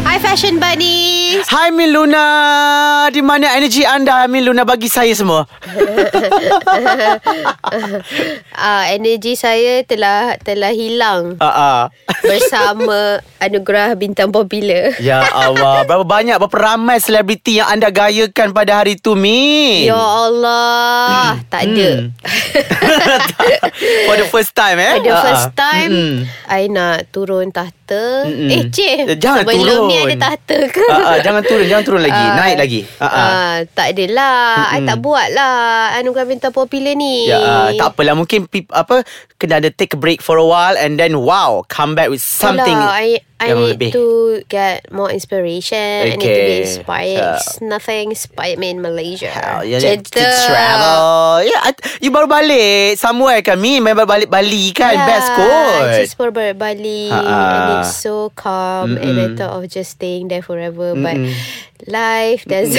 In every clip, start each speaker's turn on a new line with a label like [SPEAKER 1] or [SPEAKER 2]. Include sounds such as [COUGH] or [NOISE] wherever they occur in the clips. [SPEAKER 1] Hi Fashion Bunny
[SPEAKER 2] Hai Min Luna Di mana energi anda Min Luna bagi saya semua
[SPEAKER 1] uh, Energi saya telah telah hilang
[SPEAKER 2] uh, uh.
[SPEAKER 1] [LAUGHS] Bersama anugerah bintang popular
[SPEAKER 2] Ya Allah Berapa banyak Berapa ramai selebriti Yang anda gayakan pada hari tu Min
[SPEAKER 1] Ya Allah
[SPEAKER 2] Hmm.
[SPEAKER 1] Tak ada
[SPEAKER 2] [LAUGHS] For the first time eh
[SPEAKER 1] For the
[SPEAKER 2] Ah, ah.
[SPEAKER 1] first time [LAUGHS]
[SPEAKER 2] Mm-mm.
[SPEAKER 1] I nak turun tahta
[SPEAKER 2] Mm-mm.
[SPEAKER 1] Eh Cik
[SPEAKER 2] Eh, jangan
[SPEAKER 1] Sebelum ni
[SPEAKER 2] turun.
[SPEAKER 1] ada tahta ke?
[SPEAKER 2] Ah, ah, Jangan turun Jangan turun lagi
[SPEAKER 1] Ah.
[SPEAKER 2] Naik lagi uh, uh.
[SPEAKER 1] Ah, tak adalah I
[SPEAKER 2] Mm-mm.
[SPEAKER 1] tak buat lah Anugerah bintang popular ni
[SPEAKER 2] hmm. Ya, uh, tak apalah mungkin peop- apa kena ada take a break for a while and then wow come back with something
[SPEAKER 1] Itulah, I, I
[SPEAKER 2] yang
[SPEAKER 1] need
[SPEAKER 2] lebih.
[SPEAKER 1] to get more inspiration. I need to be
[SPEAKER 2] Okay.
[SPEAKER 1] inspired.
[SPEAKER 2] Yeah.
[SPEAKER 1] It's nothing inspired me in Malaysia. uh,
[SPEAKER 2] Hell, you need to travel. Yeah, I- you baru balik somewhere kan? Me memang balik Bali kan?
[SPEAKER 1] Yeah,
[SPEAKER 2] Best
[SPEAKER 1] I
[SPEAKER 2] kot.
[SPEAKER 1] just baru balik Bali
[SPEAKER 2] Ha, ha.
[SPEAKER 1] And it's
[SPEAKER 2] Uh-uh.
[SPEAKER 1] so calm And I thought of just staying there forever But life doesn't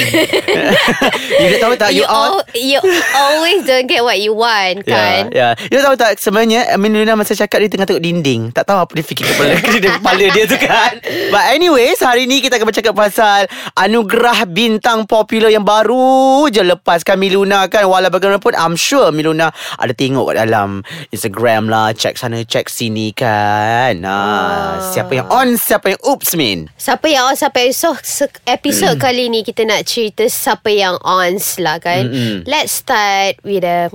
[SPEAKER 2] [LAUGHS] you dah tahu tak? You, all.
[SPEAKER 1] al- [LAUGHS] You always don't get what you want
[SPEAKER 2] Ya,
[SPEAKER 1] Kan
[SPEAKER 2] [LAUGHS] yeah, yeah. You tahu tak sebenarnya Amin Luna masa cakap dia tengah tengok dinding. Tak tahu apa dia fikir kepala [LAUGHS] dia, kepala dia tu kan. But anyways, hari ni kita akan bercakap pasal anugerah bintang popular yang baru je lepaskan Miluna kan. Walau bagaimanapun I'm sure Miluna ada tengok kat dalam Instagram lah, check sana check sini kan. Ah,
[SPEAKER 1] Oh.
[SPEAKER 2] siapa yang on, siapa yang oops min.
[SPEAKER 1] Siapa yang on Siapa yang so se- Episode
[SPEAKER 2] Hmm.
[SPEAKER 1] kali ni Kita nak cerita Siapa yang on lah kan
[SPEAKER 2] Mm-mm.
[SPEAKER 1] Let's start With a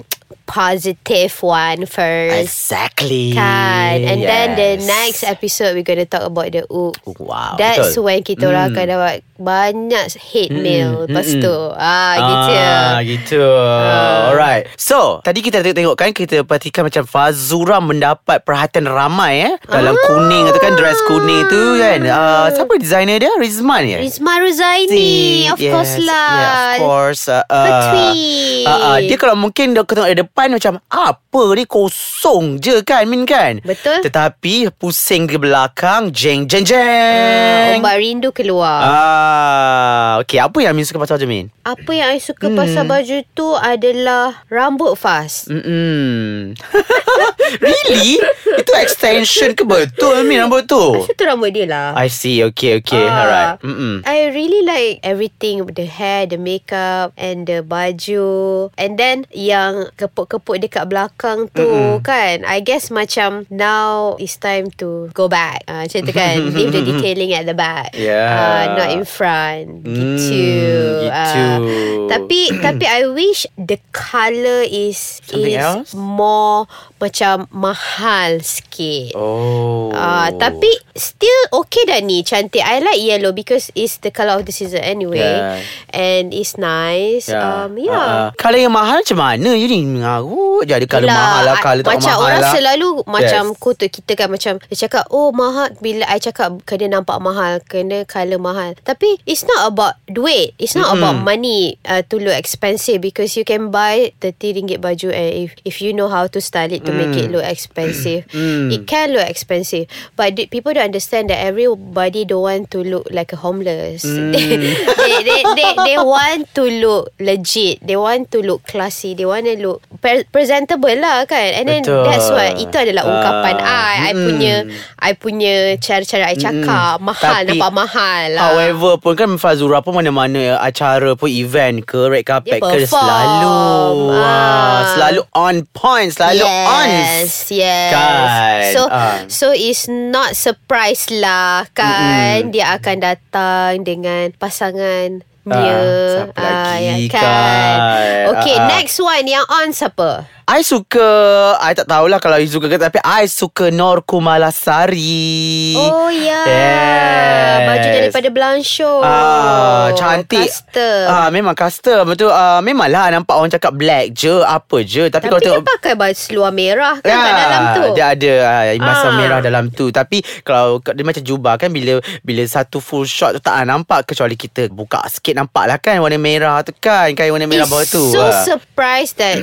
[SPEAKER 1] Positive one first
[SPEAKER 2] Exactly.
[SPEAKER 1] Kan And then the
[SPEAKER 2] Yes.
[SPEAKER 1] next episode We're going to talk about the oops
[SPEAKER 2] Wow.
[SPEAKER 1] That's
[SPEAKER 2] betul. Hmm.
[SPEAKER 1] when kita orang akan dapat banyak hate mail lepas tu. Ah, gitu.
[SPEAKER 2] Ah, gitu.
[SPEAKER 1] Ah.
[SPEAKER 2] Alright. So, tadi kita tengok-tengok kan kita perhatikan macam Fazura mendapat perhatian ramai eh dalam
[SPEAKER 1] Ah.
[SPEAKER 2] kuning tu kan dress kuning tu kan. Ah, siapa designer dia? Rizman ya.
[SPEAKER 1] Risma Ruzaini, of
[SPEAKER 2] yes.
[SPEAKER 1] course lah.
[SPEAKER 2] Yeah, of course. Uh,
[SPEAKER 1] Her tweet.
[SPEAKER 2] Uh, uh, dia kalau mungkin dia tengok dari depan macam apa ni kosong je kan Min kan.
[SPEAKER 1] Betul.
[SPEAKER 2] Tetapi pusing ke belakang jeng jeng
[SPEAKER 1] Ah,
[SPEAKER 2] jeng.
[SPEAKER 1] Ombak rindu keluar.
[SPEAKER 2] Ah, okay. Apa yang Min suka pasal tu Min?
[SPEAKER 1] Apa yang I suka
[SPEAKER 2] Hmm.
[SPEAKER 1] pasal baju tu adalah rambut fast.
[SPEAKER 2] Hmm. Mm-mm. [LAUGHS] really? Itu extension ke betul Min rambut tu?
[SPEAKER 1] Itu rambut dia lah.
[SPEAKER 2] I see. Okay, okay.
[SPEAKER 1] Ah.
[SPEAKER 2] Alright. Mm-mm.
[SPEAKER 1] I really like everything The hair, the makeup And the baju And then Yang keput-keput dekat belakang tu Mm-mm. Kan I guess macam Now It's time to Go back uh, Macam tu
[SPEAKER 2] [LAUGHS]
[SPEAKER 1] kan Leave the detailing at the back
[SPEAKER 2] Yeah.
[SPEAKER 1] uh, Not in front Gitu
[SPEAKER 2] Mm, gitu.
[SPEAKER 1] Ah,
[SPEAKER 2] [CLEARS THROAT]
[SPEAKER 1] Tapi Tapi I wish The colour is
[SPEAKER 2] Something
[SPEAKER 1] Is
[SPEAKER 2] else?
[SPEAKER 1] more Macam Mahal sikit
[SPEAKER 2] Oh.
[SPEAKER 1] Ah, tapi still okay dah ni cantik. I like yellow because it's the color of the season anyway,
[SPEAKER 2] Yeah.
[SPEAKER 1] and it's nice. Um, yeah.
[SPEAKER 2] Uh, kalau yang mahal macam mana You ni mengarut je Ada kalau
[SPEAKER 1] Yelah,
[SPEAKER 2] mahal lah
[SPEAKER 1] I-
[SPEAKER 2] Kalau tak
[SPEAKER 1] Macam
[SPEAKER 2] mahal
[SPEAKER 1] orang
[SPEAKER 2] lah
[SPEAKER 1] selalu Macam
[SPEAKER 2] Yes.
[SPEAKER 1] kutuk kita kan Macam dia cakap Oh mahal Bila I cakap Kena nampak mahal Kena colour mahal Tapi It's not about duit It's not about money uh, To look expensive Because you can buy RM30 baju And if if you know how to style it To make it look expensive It can look expensive But the, people don't understand That everybody Don't want to look Like a homeless they, [LAUGHS] they, they, they, they want to look Legit They want to look classy They want to look pre- Presentable lah kan And then
[SPEAKER 2] Betul.
[SPEAKER 1] that's why Itu adalah ungkapan
[SPEAKER 2] Ah,
[SPEAKER 1] I I
[SPEAKER 2] mm-mm.
[SPEAKER 1] punya I punya Cara-cara I cakap Mahal
[SPEAKER 2] Hmm. Tapi-
[SPEAKER 1] Nampak mahal lah
[SPEAKER 2] However pun kan Fazura pun mana-mana acara pun event ke red carpet
[SPEAKER 1] Dia
[SPEAKER 2] ke dia
[SPEAKER 1] perform.
[SPEAKER 2] selalu
[SPEAKER 1] Ah.
[SPEAKER 2] ah, selalu on point selalu on
[SPEAKER 1] Yes Yes
[SPEAKER 2] Kan,
[SPEAKER 1] So
[SPEAKER 2] ah.
[SPEAKER 1] So it's not surprise lah Kan Dia akan datang Dengan pasangan dia
[SPEAKER 2] Ah, siapa
[SPEAKER 1] Ah,
[SPEAKER 2] lagi
[SPEAKER 1] ya
[SPEAKER 2] kan?
[SPEAKER 1] Okay
[SPEAKER 2] Ah, ah.
[SPEAKER 1] next one Yang on siapa
[SPEAKER 2] I suka I tak tahulah kalau you suka ke tapi I suka Nor Kumalasari
[SPEAKER 1] Oh ya
[SPEAKER 2] Yes.
[SPEAKER 1] Baju daripada Blanchot
[SPEAKER 2] Ah, cantik.
[SPEAKER 1] Custom
[SPEAKER 2] Ah, memang custom betul. Ah, memanglah nampak orang cakap black je, apa je. Tapi,
[SPEAKER 1] Tapi
[SPEAKER 2] kalau tengok Ya,
[SPEAKER 1] dia pakai baju seluar merah kan kat dalam tu.
[SPEAKER 2] Dia ada ah, Masam
[SPEAKER 1] Ah.
[SPEAKER 2] merah dalam tu Tapi Kalau Dia macam jubah kan Bila bila satu full shot tu Tak nampak Kecuali kita buka sikit Nampak lah kan Warna merah tu kan Kain warna merah
[SPEAKER 1] It's
[SPEAKER 2] bawah tu
[SPEAKER 1] so
[SPEAKER 2] Ah. [CLEARS THROAT]
[SPEAKER 1] surprised that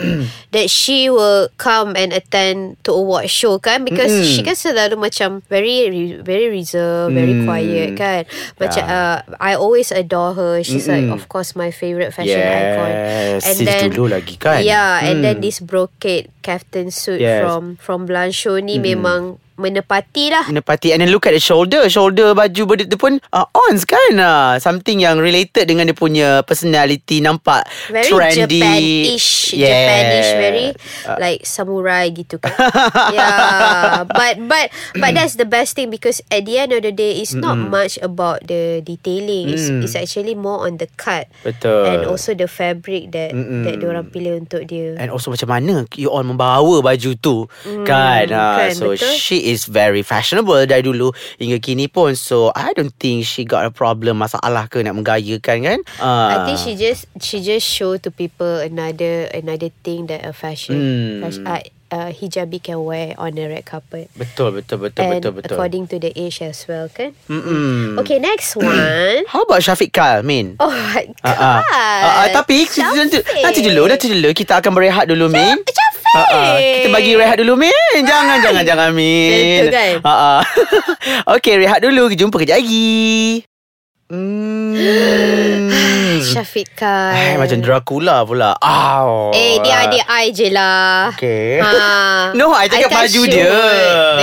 [SPEAKER 1] that she she will come and attend to award show kan because
[SPEAKER 2] Mm-mm.
[SPEAKER 1] she kan selalu macam very re- very reserved, very
[SPEAKER 2] Mm. Ya.
[SPEAKER 1] quiet kan. Macam uh, I always adore her. She's like
[SPEAKER 2] Mm-mm.
[SPEAKER 1] of course my favorite fashion icon.
[SPEAKER 2] Yes, since dulu lagi kan?
[SPEAKER 1] Yeah, and
[SPEAKER 2] Mm.
[SPEAKER 1] then this brocade caftan suit
[SPEAKER 2] Yes.
[SPEAKER 1] from from Blanchot ni memang menepati lah.
[SPEAKER 2] Menepati And then look at the shoulder Shoulder baju benda tu pun uh, On kan uh, Something yang related Dengan dia punya Personality Nampak
[SPEAKER 1] Very
[SPEAKER 2] Trendy Uh.
[SPEAKER 1] Japan-ish
[SPEAKER 2] Yeah.
[SPEAKER 1] Japanish Very Like samurai gitu
[SPEAKER 2] [LAUGHS]
[SPEAKER 1] kan Yeah But But But that's the best thing Because at the end of the day It's not much about The detailing it's,
[SPEAKER 2] Mm.
[SPEAKER 1] it's actually more on the cut
[SPEAKER 2] Betul.
[SPEAKER 1] And also the fabric That
[SPEAKER 2] Mm-mm.
[SPEAKER 1] That diorang pilih untuk dia
[SPEAKER 2] And also macam mana You all membawa baju tu mm, Kan, ha,
[SPEAKER 1] kan,
[SPEAKER 2] So
[SPEAKER 1] betul.
[SPEAKER 2] she is very fashionable Dari dulu Hingga kini pun So I don't think She got a problem Masalah ke nak menggayakan kan uh,
[SPEAKER 1] I think she just she just show to people another another thing that a fashion,
[SPEAKER 2] Mm.
[SPEAKER 1] fashion uh, uh, hijabi can wear on a red carpet.
[SPEAKER 2] Betul betul betul
[SPEAKER 1] and
[SPEAKER 2] betul Mm. betul
[SPEAKER 1] according to the age as well kan.
[SPEAKER 2] Mm-mm.
[SPEAKER 1] Okay, next one.
[SPEAKER 2] How about Syafiq Kal Min
[SPEAKER 1] Oh my god.
[SPEAKER 2] Ah, ah. Ah, ah, Tapi nanti, nanti dulu Nanti dulu Kita akan berehat dulu Min
[SPEAKER 1] Eh, Syafiq.
[SPEAKER 2] Ah, ah. Kita bagi rehat dulu Min Jangan jangan jangan Min
[SPEAKER 1] Betul kan?
[SPEAKER 2] Ah, ah. [LAUGHS] Okay rehat dulu Jumpa kejap lagi Hmm.
[SPEAKER 1] Syafiq kan.
[SPEAKER 2] Hai, macam Dracula pula. Aw.
[SPEAKER 1] Eh, dia adik I je lah.
[SPEAKER 2] Okay.
[SPEAKER 1] Ha.
[SPEAKER 2] [LAUGHS] No, I cakap
[SPEAKER 1] tak
[SPEAKER 2] baju
[SPEAKER 1] shoot
[SPEAKER 2] dia.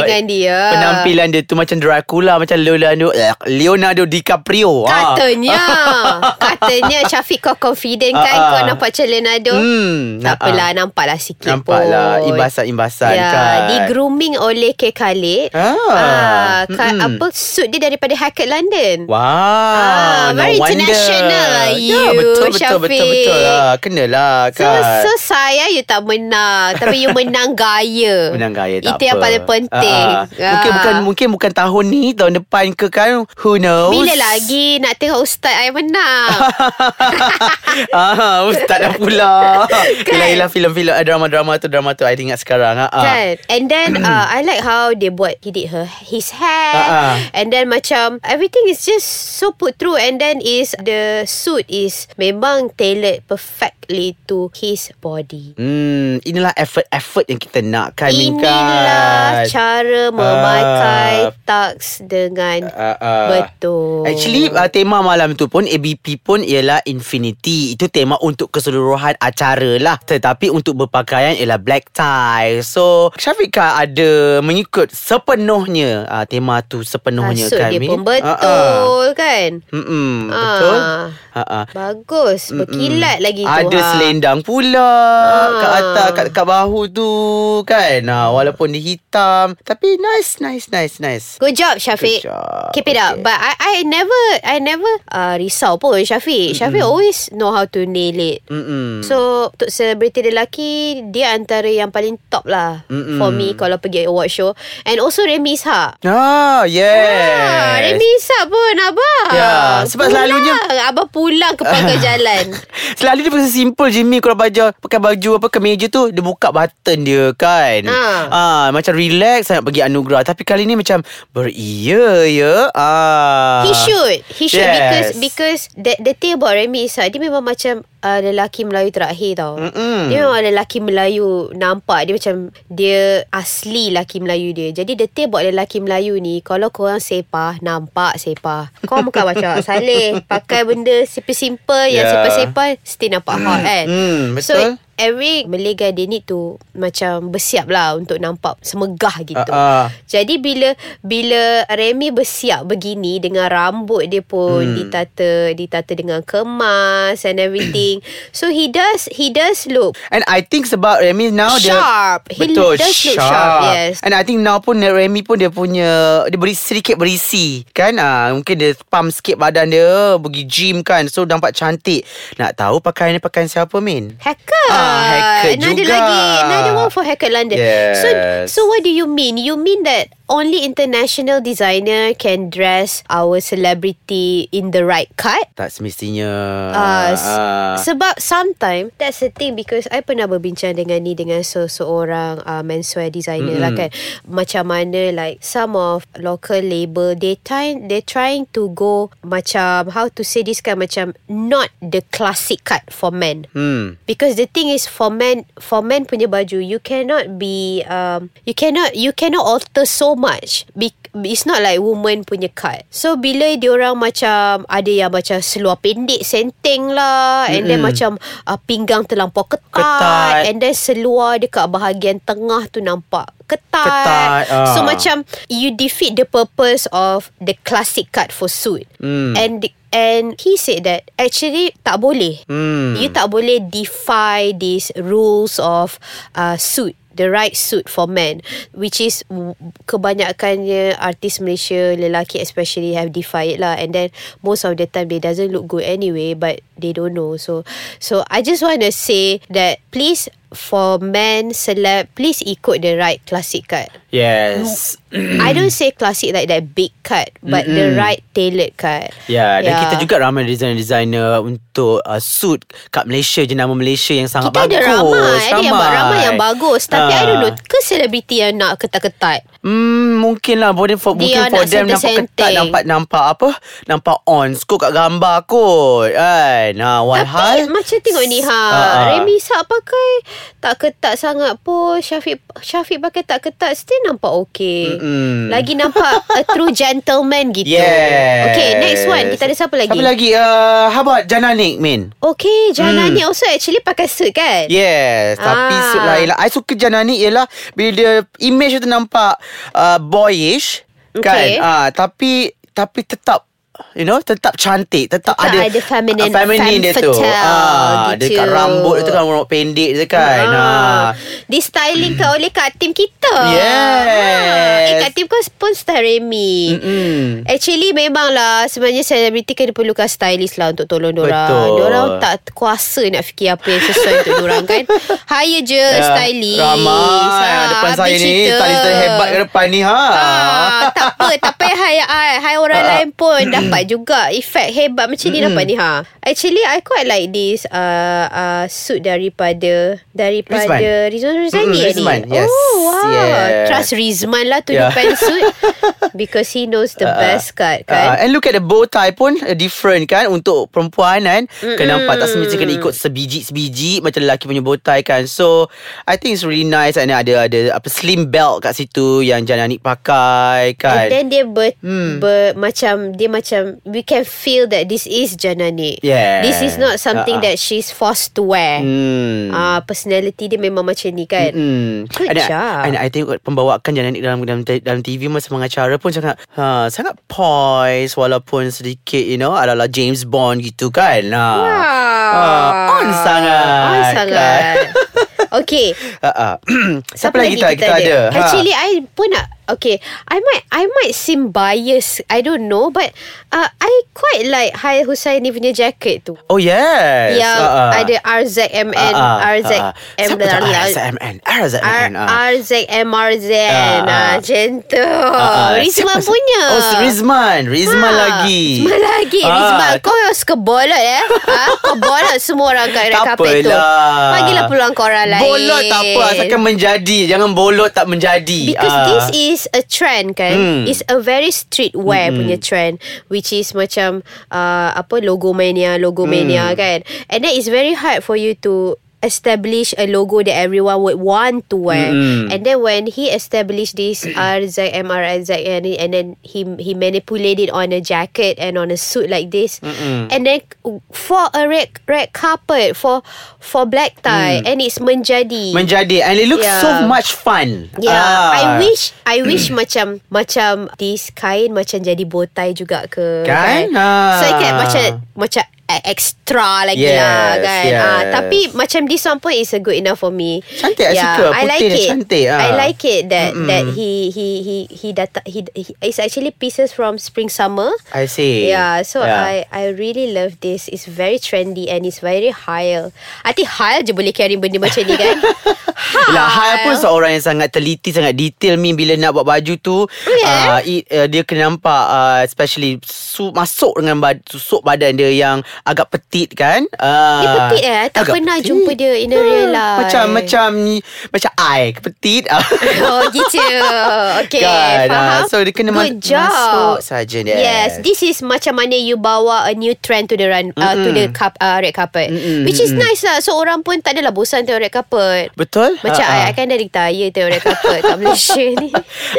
[SPEAKER 1] Dengan dia.
[SPEAKER 2] Penampilan dia tu macam Dracula, macam Leonardo, eh, Leonardo DiCaprio. Ah. [LAUGHS]
[SPEAKER 1] Katanya. Katanya Syafiq kau confident kan
[SPEAKER 2] Ah, ah.
[SPEAKER 1] kau nampak celana tu.
[SPEAKER 2] Hmm,
[SPEAKER 1] Tak
[SPEAKER 2] ah, ah.
[SPEAKER 1] apalah nampak lah sikit
[SPEAKER 2] Nampak
[SPEAKER 1] pun.
[SPEAKER 2] lah imbasan-imbasan
[SPEAKER 1] ya,
[SPEAKER 2] kan.
[SPEAKER 1] Di grooming oleh K. Khalid.
[SPEAKER 2] Ah.
[SPEAKER 1] Ah, ka-
[SPEAKER 2] Mm-mm.
[SPEAKER 1] apa suit dia daripada Hackett London.
[SPEAKER 2] Wow,
[SPEAKER 1] Ah,
[SPEAKER 2] no
[SPEAKER 1] very
[SPEAKER 2] wonder.
[SPEAKER 1] international lah
[SPEAKER 2] Ya,
[SPEAKER 1] you,
[SPEAKER 2] betul, betul,
[SPEAKER 1] Syafiq.
[SPEAKER 2] betul, betul lah. Kenalah
[SPEAKER 1] So,
[SPEAKER 2] kan.
[SPEAKER 1] so saya you tak menang Tapi you menang gaya
[SPEAKER 2] [LAUGHS] Menang gaya tak
[SPEAKER 1] Itu yang
[SPEAKER 2] apa.
[SPEAKER 1] paling penting
[SPEAKER 2] Ah, ah. Mungkin
[SPEAKER 1] Ah.
[SPEAKER 2] bukan mungkin bukan tahun ni, tahun depan ke kan. Who knows?
[SPEAKER 1] Bila lagi nak tengok ustaz saya menang
[SPEAKER 2] [LAUGHS] ah, Ustaz dah
[SPEAKER 1] [LAUGHS]
[SPEAKER 2] pula kan? Yelah-yelah filem-filem eh, Drama-drama tu Drama tu I ingat sekarang ah, ah.
[SPEAKER 1] Kan And then uh, I like how They buat He did her His hair
[SPEAKER 2] Ah, ah.
[SPEAKER 1] And then macam Everything is just So put through And then is The suit is Memang tailored Perfectly to His body
[SPEAKER 2] Hmm, inilah effort-effort yang kita nakkan Min,
[SPEAKER 1] Inilah
[SPEAKER 2] kan?
[SPEAKER 1] cara memakai tux dengan
[SPEAKER 2] Ah, ah.
[SPEAKER 1] betul.
[SPEAKER 2] Actually uh, tema malam tu pun ABP pun ialah Infinity Itu tema untuk keseluruhan acara lah Tetapi untuk berpakaian ialah black tie So Syafiqah ada mengikut sepenuhnya uh, tema tu sepenuhnya
[SPEAKER 1] Kasut
[SPEAKER 2] kan
[SPEAKER 1] dia
[SPEAKER 2] Min?
[SPEAKER 1] pun
[SPEAKER 2] Ah,
[SPEAKER 1] betul kan?
[SPEAKER 2] ah. Mm-mm,
[SPEAKER 1] Ah.
[SPEAKER 2] Betul uh
[SPEAKER 1] Bagus. Berkilat lagi tu.
[SPEAKER 2] Ada
[SPEAKER 1] ha.
[SPEAKER 2] selendang pula Kat
[SPEAKER 1] Ah.
[SPEAKER 2] atas kat, kat bahu tu Kan ha, Walaupun dia hitam Tapi nice Nice nice nice
[SPEAKER 1] Good job Syafiq.
[SPEAKER 2] Good job.
[SPEAKER 1] Keep it up.
[SPEAKER 2] Okay.
[SPEAKER 1] But I I never I never uh, risau pun Syafiq. Syafiq always know how to nail it.
[SPEAKER 2] Mm-mm.
[SPEAKER 1] So Untuk selebriti lelaki Dia antara yang paling top lah
[SPEAKER 2] Mm-mm.
[SPEAKER 1] For me Kalau pergi award show And also Remy Ishak
[SPEAKER 2] Ah
[SPEAKER 1] Ah,
[SPEAKER 2] yes
[SPEAKER 1] Remy Ishak pun Abah
[SPEAKER 2] Ya, sebab
[SPEAKER 1] pulang.
[SPEAKER 2] selalunya-
[SPEAKER 1] Abah pulang ke
[SPEAKER 2] [LAUGHS]
[SPEAKER 1] pangkal jalan
[SPEAKER 2] Selalu dia pakai simple je Min Kalau baju, pakai baju apa kemeja tu Dia buka button dia kan ah.
[SPEAKER 1] Ah.
[SPEAKER 2] Macam relax Saya nak pergi anugerah Tapi kali ni macam Beria ya ah.
[SPEAKER 1] He should He should
[SPEAKER 2] Yes.
[SPEAKER 1] Because Because the, the thing about Remy Ishak Dia memang macam uh, Lelaki Melayu terakhir tau
[SPEAKER 2] Mm-mm.
[SPEAKER 1] Dia memang lelaki Melayu Nampak Dia macam Dia asli lelaki Melayu dia Jadi the thing about lelaki Melayu ni Kalau korang sepah Nampak sepah Kau bukan macam Wak Saleh Pakai benda simple-simple Yang
[SPEAKER 2] Yeah.
[SPEAKER 1] sepah-sepah Still nampak hot kan
[SPEAKER 2] mm,
[SPEAKER 1] So
[SPEAKER 2] betul.
[SPEAKER 1] Every Malay guy They need to Macam bersiap lah Untuk nampak Semegah gitu
[SPEAKER 2] Ah, ah.
[SPEAKER 1] jadi bila bila Remy bersiap begini dengan rambut dia pun hmm. ditata ditata dengan kemas and
[SPEAKER 2] [CLEARS THROAT]
[SPEAKER 1] everything. so he does he does look
[SPEAKER 2] And I think sebab Remy now dia
[SPEAKER 1] sharp. He
[SPEAKER 2] Betul
[SPEAKER 1] does look sharp. Yes.
[SPEAKER 2] And I think now pun Remy pun dia punya Dia beri sedikit berisi Kan ah, Mungkin dia pump sikit badan dia Pergi gym kan So nampak cantik Nak tahu pakaian ni pakaian siapa Min?
[SPEAKER 1] Hacker.
[SPEAKER 2] Ah, hacker
[SPEAKER 1] another
[SPEAKER 2] juga.
[SPEAKER 1] lagi another one for Hacker London. So
[SPEAKER 2] Yes.
[SPEAKER 1] so what do you mean? You mean that only international designer can dress our celebrity in the right cut.
[SPEAKER 2] Tak semestinya
[SPEAKER 1] Uh,
[SPEAKER 2] Ah.
[SPEAKER 1] s- sebab sometimes that's the thing because I pernah berbincang dengan ni dengan se- seorang uh, menswear designer mm-hmm. lah kan macam mana like some of local label they try they trying to go macam how to say this kan macam not the classic cut for men
[SPEAKER 2] Hmm
[SPEAKER 1] Because the thing is for men for men punya baju you cannot be um you cannot you cannot alter so much Be- it's not like woman punya cut. So bila diorang macam ada yang macam seluar pendek senteng lah and then macam uh, pinggang terlampau ketat,
[SPEAKER 2] Ketat.
[SPEAKER 1] and then seluar dekat bahagian tengah tu nampak ketat.
[SPEAKER 2] Ketat, ah.
[SPEAKER 1] So macam you defeat the purpose of the classic cut for suit.
[SPEAKER 2] Hmm.
[SPEAKER 1] And and he said that actually tak boleh.
[SPEAKER 2] Hmm
[SPEAKER 1] You tak boleh defy these rules of uh, suit the right suit for men which is w- kebanyakannya artis Malaysia lelaki especially have defied lah and then most of the time they doesn't look good anyway but they don't know so so I just want to say that please for men celeb please ikut the right classic cut
[SPEAKER 2] Yes
[SPEAKER 1] I don't say classic like that big cut but the right tailored cut
[SPEAKER 2] Ya, yeah, dan kita juga ramai designer-designer untuk uh, suit kat Malaysia je nama Malaysia yang sangat
[SPEAKER 1] Kita ada
[SPEAKER 2] bagus.
[SPEAKER 1] ramai
[SPEAKER 2] Ha. Ah.
[SPEAKER 1] Ada yang buat ramai yang bagus Tapi I don't know Ke selebriti yang nak ketat-ketat
[SPEAKER 2] Hmm, mungkin lah boleh for,
[SPEAKER 1] Dia
[SPEAKER 2] mungkin for
[SPEAKER 1] nak
[SPEAKER 2] them nampak ketat
[SPEAKER 1] sentek-sentek.
[SPEAKER 2] nampak nampak apa? Nampak on kot kat gambar kot. Kan. Ha, walhal.
[SPEAKER 1] Tapi macam tengok ni ha
[SPEAKER 2] Ah, ah.
[SPEAKER 1] Remy Sak pakai Tak ketat sangat pun Syafiq Syafiq pakai tak ketat Still nampak okay
[SPEAKER 2] Mm-mm.
[SPEAKER 1] Lagi nampak
[SPEAKER 2] [LAUGHS]
[SPEAKER 1] A true gentleman gitu
[SPEAKER 2] Yes.
[SPEAKER 1] Okay next one Kita ada siapa lagi?
[SPEAKER 2] Siapa lagi? Hmm. Uh, how about Jananik, Min?
[SPEAKER 1] Okay Jana ni also actually pakai suit kan
[SPEAKER 2] Yes Tapi
[SPEAKER 1] Ah.
[SPEAKER 2] suit lain lah I suka Janani ialah Bila dia Image dia tu nampak uh, Boyish
[SPEAKER 1] Okay.
[SPEAKER 2] Kan uh, Tapi Tapi tetap You know Tetap cantik Tetap,
[SPEAKER 1] Tetap
[SPEAKER 2] ada
[SPEAKER 1] ada feminine-
[SPEAKER 2] ah, Feminine
[SPEAKER 1] femme
[SPEAKER 2] dia tu
[SPEAKER 1] fatale
[SPEAKER 2] Ah,
[SPEAKER 1] gitu.
[SPEAKER 2] Dekat rambut dia tu kan Rambut pendek dia kan ah.
[SPEAKER 1] Ah. Di styling ke oleh Kak Tim kita
[SPEAKER 2] Yes.
[SPEAKER 1] ah. Eh Kak Tim kau pun style Remy
[SPEAKER 2] Mm-mm.
[SPEAKER 1] Actually memanglah Sebenarnya selebriti kena perlukan stylist lah Untuk tolong dorang
[SPEAKER 2] Betul.
[SPEAKER 1] Dorang tak kuasa nak fikir apa yang sesuai untuk dorang
[SPEAKER 2] [LAUGHS]
[SPEAKER 1] kan Hire je
[SPEAKER 2] Ya,
[SPEAKER 1] stylist
[SPEAKER 2] Ramai
[SPEAKER 1] Ah,
[SPEAKER 2] ha, Depan
[SPEAKER 1] habis
[SPEAKER 2] saya ni
[SPEAKER 1] cerita.
[SPEAKER 2] Stylist terhebat ke depan ni ha.
[SPEAKER 1] Ah, tak apa Tak payah hire I Hire orang
[SPEAKER 2] Ah.
[SPEAKER 1] lain pun Dapat juga Efek hebat macam ni Dapat ni ha Actually I quite like this uh, uh, Suit daripada Daripada Rizman Rizani
[SPEAKER 2] Mm-mm,
[SPEAKER 1] ya ni?
[SPEAKER 2] Rizman, yes.
[SPEAKER 1] Oh wow
[SPEAKER 2] Yeah.
[SPEAKER 1] Trust Rizman lah To
[SPEAKER 2] Yeah.
[SPEAKER 1] depend
[SPEAKER 2] [LAUGHS]
[SPEAKER 1] suit Because he knows the best card
[SPEAKER 2] Uh,
[SPEAKER 1] kan
[SPEAKER 2] and look at the bow tie pun uh, different kan untuk perempuan kan. Mm-mm. Kena nampak tak semestinya kena ikut sebiji-sebiji macam lelaki punya bow tie kan. So I think it's really nice and ada ada apa slim belt kat situ yang Jananik pakai
[SPEAKER 1] And
[SPEAKER 2] kan.
[SPEAKER 1] then dia ber,
[SPEAKER 2] Hmm.
[SPEAKER 1] ber macam dia macam we can feel that this is Janani.
[SPEAKER 2] Yeah.
[SPEAKER 1] This is not something
[SPEAKER 2] Ah, ah.
[SPEAKER 1] that she's forced to wear.
[SPEAKER 2] hmm.
[SPEAKER 1] Ah personality dia memang macam ni kan.
[SPEAKER 2] Hmm.
[SPEAKER 1] Good
[SPEAKER 2] and, I-
[SPEAKER 1] job.
[SPEAKER 2] and I tengok pembawaan Jananik dalam dalam dalam TV masa mengacara pun sangat ha, sangat poise walaupun sedikit you know ala-ala James Bond gitu kan. Ha. Ah, on sangat. kan.
[SPEAKER 1] On
[SPEAKER 2] [LAUGHS]
[SPEAKER 1] sangat. okay.
[SPEAKER 2] Uh, uh. [CLEARS THROAT] Siapa, lagi kita, kita ada? Ha.
[SPEAKER 1] Actually I pun nak Okay I might I might seem biased I don't know But uh, I quite like Hai Husaini punya jacket tu
[SPEAKER 2] Oh yes. ha.
[SPEAKER 1] Yang Ya, ada RZMN
[SPEAKER 2] Ah, ah,
[SPEAKER 1] RZM
[SPEAKER 2] ah, ah. Siapa tak RZMN? RZMN. ah.
[SPEAKER 1] RZMRZ
[SPEAKER 2] Ah, ah.
[SPEAKER 1] ah, Macam tu
[SPEAKER 2] Ah, ah.
[SPEAKER 1] Rizman
[SPEAKER 2] Siapa-
[SPEAKER 1] punya
[SPEAKER 2] Oh Rizman Rizman
[SPEAKER 1] Ah,
[SPEAKER 2] lagi
[SPEAKER 1] Rizman lagi
[SPEAKER 2] Ah,
[SPEAKER 1] Rizman kau yang suka bolot eh ha? Kau bolot semua orang kat red
[SPEAKER 2] tak
[SPEAKER 1] carpet tu
[SPEAKER 2] apalah.
[SPEAKER 1] Bagilah peluang korang lain
[SPEAKER 2] Bolot tak apa Asalkan menjadi Jangan bolot tak menjadi
[SPEAKER 1] Because
[SPEAKER 2] Ah.
[SPEAKER 1] this is a trend kan
[SPEAKER 2] Hmm.
[SPEAKER 1] It's a very streetwear punya trend Which is macam uh, Apa logo mania Logo
[SPEAKER 2] Hmm.
[SPEAKER 1] mania kan And then it's very hard for you to Establish a logo that everyone would want to wear
[SPEAKER 2] Mm.
[SPEAKER 1] And then when he established
[SPEAKER 2] [CLEARS THROAT]
[SPEAKER 1] this RZM RZM And then he he manipulated on a jacket And on a suit like this And then For a red, red carpet For for black tie
[SPEAKER 2] Mm.
[SPEAKER 1] And it's menjadi
[SPEAKER 2] Menjadi And it looks
[SPEAKER 1] Yeah.
[SPEAKER 2] so much fun
[SPEAKER 1] Yeah,
[SPEAKER 2] Ah.
[SPEAKER 1] Ya. I wish I wish [CLEARS THROAT] macam macam this kain macam jadi bow tie juga ke.
[SPEAKER 2] Kan? Ah.
[SPEAKER 1] So I can macam macam eh, extra lagi
[SPEAKER 2] Yes,
[SPEAKER 1] lah kan. Ah,
[SPEAKER 2] yes.
[SPEAKER 1] tapi macam this one pun is a good enough for me. Ya,
[SPEAKER 2] Cantik, I suka.
[SPEAKER 1] I
[SPEAKER 2] Putih
[SPEAKER 1] like
[SPEAKER 2] dia
[SPEAKER 1] it.
[SPEAKER 2] cantik, ah.
[SPEAKER 1] I like it that that he he he he data he, he it's actually pieces from spring summer.
[SPEAKER 2] I see. Ya.
[SPEAKER 1] Yeah, Ya, so I I really love this. It's very trendy and it's very high. I think high je boleh carry benda macam ni kan.
[SPEAKER 2] [LAUGHS]
[SPEAKER 1] high.
[SPEAKER 2] Yelah Hal pun seorang yang sangat teliti Sangat detail Min Bila nak buat baju tu
[SPEAKER 1] Yeah.
[SPEAKER 2] uh, it, uh, Dia kena nampak uh, Especially su- Masuk dengan bad- Susuk badan dia Yang agak petit kan uh,
[SPEAKER 1] Dia petit eh I tak
[SPEAKER 2] agak Hmm,
[SPEAKER 1] pernah jumpa dia In a real life
[SPEAKER 2] Macam Macam ni- Macam I Petit [LAUGHS] Ah,
[SPEAKER 1] Oh gitu Okay
[SPEAKER 2] Kan,
[SPEAKER 1] Faham
[SPEAKER 2] ah, so dia kena
[SPEAKER 1] Good
[SPEAKER 2] ma-
[SPEAKER 1] job
[SPEAKER 2] masuk saja dia.
[SPEAKER 1] Yes This is macam mana You bawa a new trend To the run uh, To the cup, uh, red carpet
[SPEAKER 2] Mm-mm,
[SPEAKER 1] Which is nice lah So orang pun tak adalah Bosan tengok red carpet
[SPEAKER 2] Betul
[SPEAKER 1] Macam
[SPEAKER 2] Ha, ha.
[SPEAKER 1] I, I kan dah retire Tengok red carpet
[SPEAKER 2] [LAUGHS]
[SPEAKER 1] Kat Malaysia ni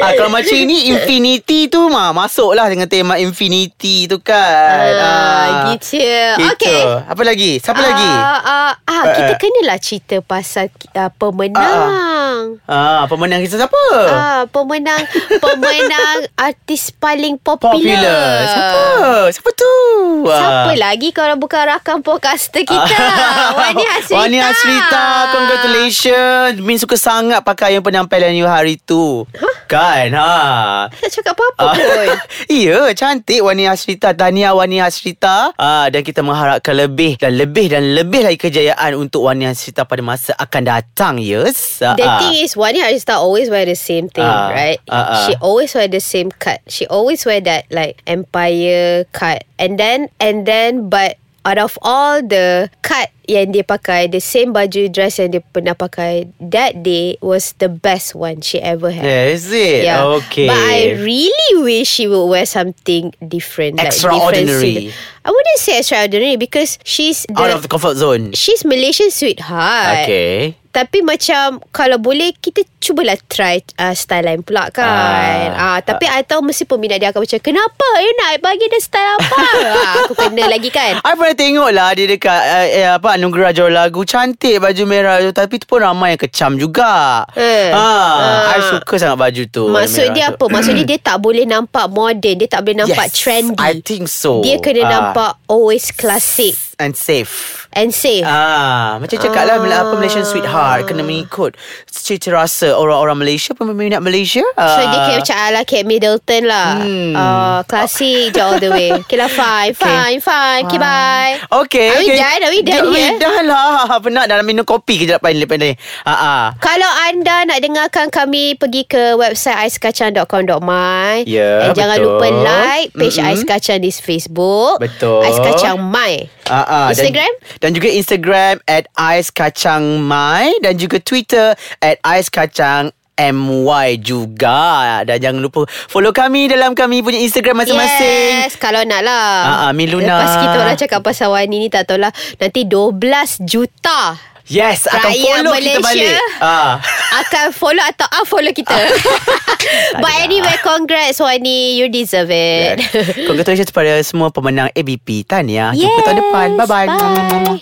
[SPEAKER 2] ah, Kalau macam ini Infinity tu mah Masuklah dengan tema Infinity tu kan
[SPEAKER 1] Ah, gitu. Okay.
[SPEAKER 2] Apa lagi? Siapa lagi?
[SPEAKER 1] Ah, ah, ah, kita kenalah cerita pasal uh, pemenang.
[SPEAKER 2] Ah, pemenang kisah siapa?
[SPEAKER 1] Ah,
[SPEAKER 2] [LAUGHS]
[SPEAKER 1] pemenang pemenang artis paling popular.
[SPEAKER 2] Popular. Siapa? Siapa tu? Ah.
[SPEAKER 1] Siapa lagi kalau bukan rakan podcaster
[SPEAKER 2] [LAUGHS]
[SPEAKER 1] kita? Wani Hasrita.
[SPEAKER 2] Wani Hasrita Congratulations Min suka sangat Pakaian penampilan you hari tu Kan ha.
[SPEAKER 1] Tak cakap apa-apa
[SPEAKER 2] Ah.
[SPEAKER 1] pun.
[SPEAKER 2] ya, cantik Wani Hasrita. Tahniah Wani Hasrita. Ah, dan kita mengharapkan lebih dan lebih dan lebih lagi kejayaan untuk Wani Hasrita pada masa akan datang, yes. [LAUGHS] Ah,
[SPEAKER 1] The
[SPEAKER 2] ah.
[SPEAKER 1] thing is Wani Arista always wear the same thing
[SPEAKER 2] Ah,
[SPEAKER 1] Right
[SPEAKER 2] ah, ah.
[SPEAKER 1] She always wear the same cut She always wear that Like empire cut And then And then But Out of all the cut yang dia pakai The same baju dress yang dia pernah pakai That day was the best one she ever had
[SPEAKER 2] Yeah, is it? Okay.
[SPEAKER 1] Ya. But I really wish she would wear something different
[SPEAKER 2] Extraordinary.
[SPEAKER 1] different scene. I wouldn't say extraordinary Because she's the,
[SPEAKER 2] Out of the comfort zone.
[SPEAKER 1] She's Malaysian sweetheart
[SPEAKER 2] Okay.
[SPEAKER 1] tapi macam Kalau boleh Kita cubalah try uh, Style lain pula kan ah,
[SPEAKER 2] Ah.
[SPEAKER 1] Tapi I tahu Mesti peminat dia akan macam Kenapa you nak bagi dia style apa
[SPEAKER 2] [LAUGHS]
[SPEAKER 1] ah, Aku kena lagi kan
[SPEAKER 2] I pernah tengok lah dia dekat uh, eh, apa Anugerah Juara Lagu cantik baju merah tu tapi tu pun ramai yang kecam juga.
[SPEAKER 1] Eh.
[SPEAKER 2] Ha,
[SPEAKER 1] Ah.
[SPEAKER 2] I suka sangat baju tu. warna
[SPEAKER 1] Maksud
[SPEAKER 2] merah
[SPEAKER 1] dia
[SPEAKER 2] lah tu.
[SPEAKER 1] apa Maksud dia dia tak boleh nampak modern Dia tak boleh nampak
[SPEAKER 2] yes,
[SPEAKER 1] trendy
[SPEAKER 2] I think so.
[SPEAKER 1] Dia kena
[SPEAKER 2] Ah.
[SPEAKER 1] nampak Always classic
[SPEAKER 2] and safe.
[SPEAKER 1] And safe
[SPEAKER 2] Ah, macam cakap lah bila apa Malaysian
[SPEAKER 1] Ah.
[SPEAKER 2] sweetheart kena mengikut cita rasa orang-orang Malaysia peminat Malaysia.
[SPEAKER 1] So dia
[SPEAKER 2] Ah.
[SPEAKER 1] kira macam ala Kate Middleton lah hmm. uh, Classic je all the way Okay lah fine Fine fine Okay bye
[SPEAKER 2] Ah. Okay
[SPEAKER 1] Are we
[SPEAKER 2] okay.
[SPEAKER 1] done? Are we done
[SPEAKER 2] Dah-
[SPEAKER 1] here?
[SPEAKER 2] We done lah Penat dah nak minum kopi kejap pandai-pandai ah, ah.
[SPEAKER 1] Kalau anda nak dengarkan kami Pergi ke website aiskacang.com.my
[SPEAKER 2] Ya,
[SPEAKER 1] And jangan
[SPEAKER 2] betul.
[SPEAKER 1] lupa like Page
[SPEAKER 2] Mm-mm.
[SPEAKER 1] mm-hmm. Ais Kacang di Facebook
[SPEAKER 2] Betul.
[SPEAKER 1] Ais Kacang My
[SPEAKER 2] Ah, ah.
[SPEAKER 1] Instagram?
[SPEAKER 2] dan, dan juga Instagram At Ais Kacang My Dan juga Twitter At Ais Kacang MY juga Dan jangan lupa Follow kami dalam kami punya Instagram masing-masing
[SPEAKER 1] Yes Kalau nak lah
[SPEAKER 2] Ah, ah, Miluna.
[SPEAKER 1] Lepas kita orang cakap pasal Wani ni Tak tahulah Nanti 12 juta
[SPEAKER 2] Yes, yes Akan
[SPEAKER 1] Rakyat
[SPEAKER 2] follow kita
[SPEAKER 1] Malaysia.
[SPEAKER 2] balik
[SPEAKER 1] [LAUGHS]
[SPEAKER 2] ah.
[SPEAKER 1] Akan follow atau unfollow kita But anyway Congrats Wani You deserve it
[SPEAKER 2] Congratulations kepada semua pemenang ABP Tahniah Jumpa tahun
[SPEAKER 1] Yes,
[SPEAKER 2] depan Bye-bye
[SPEAKER 1] Bye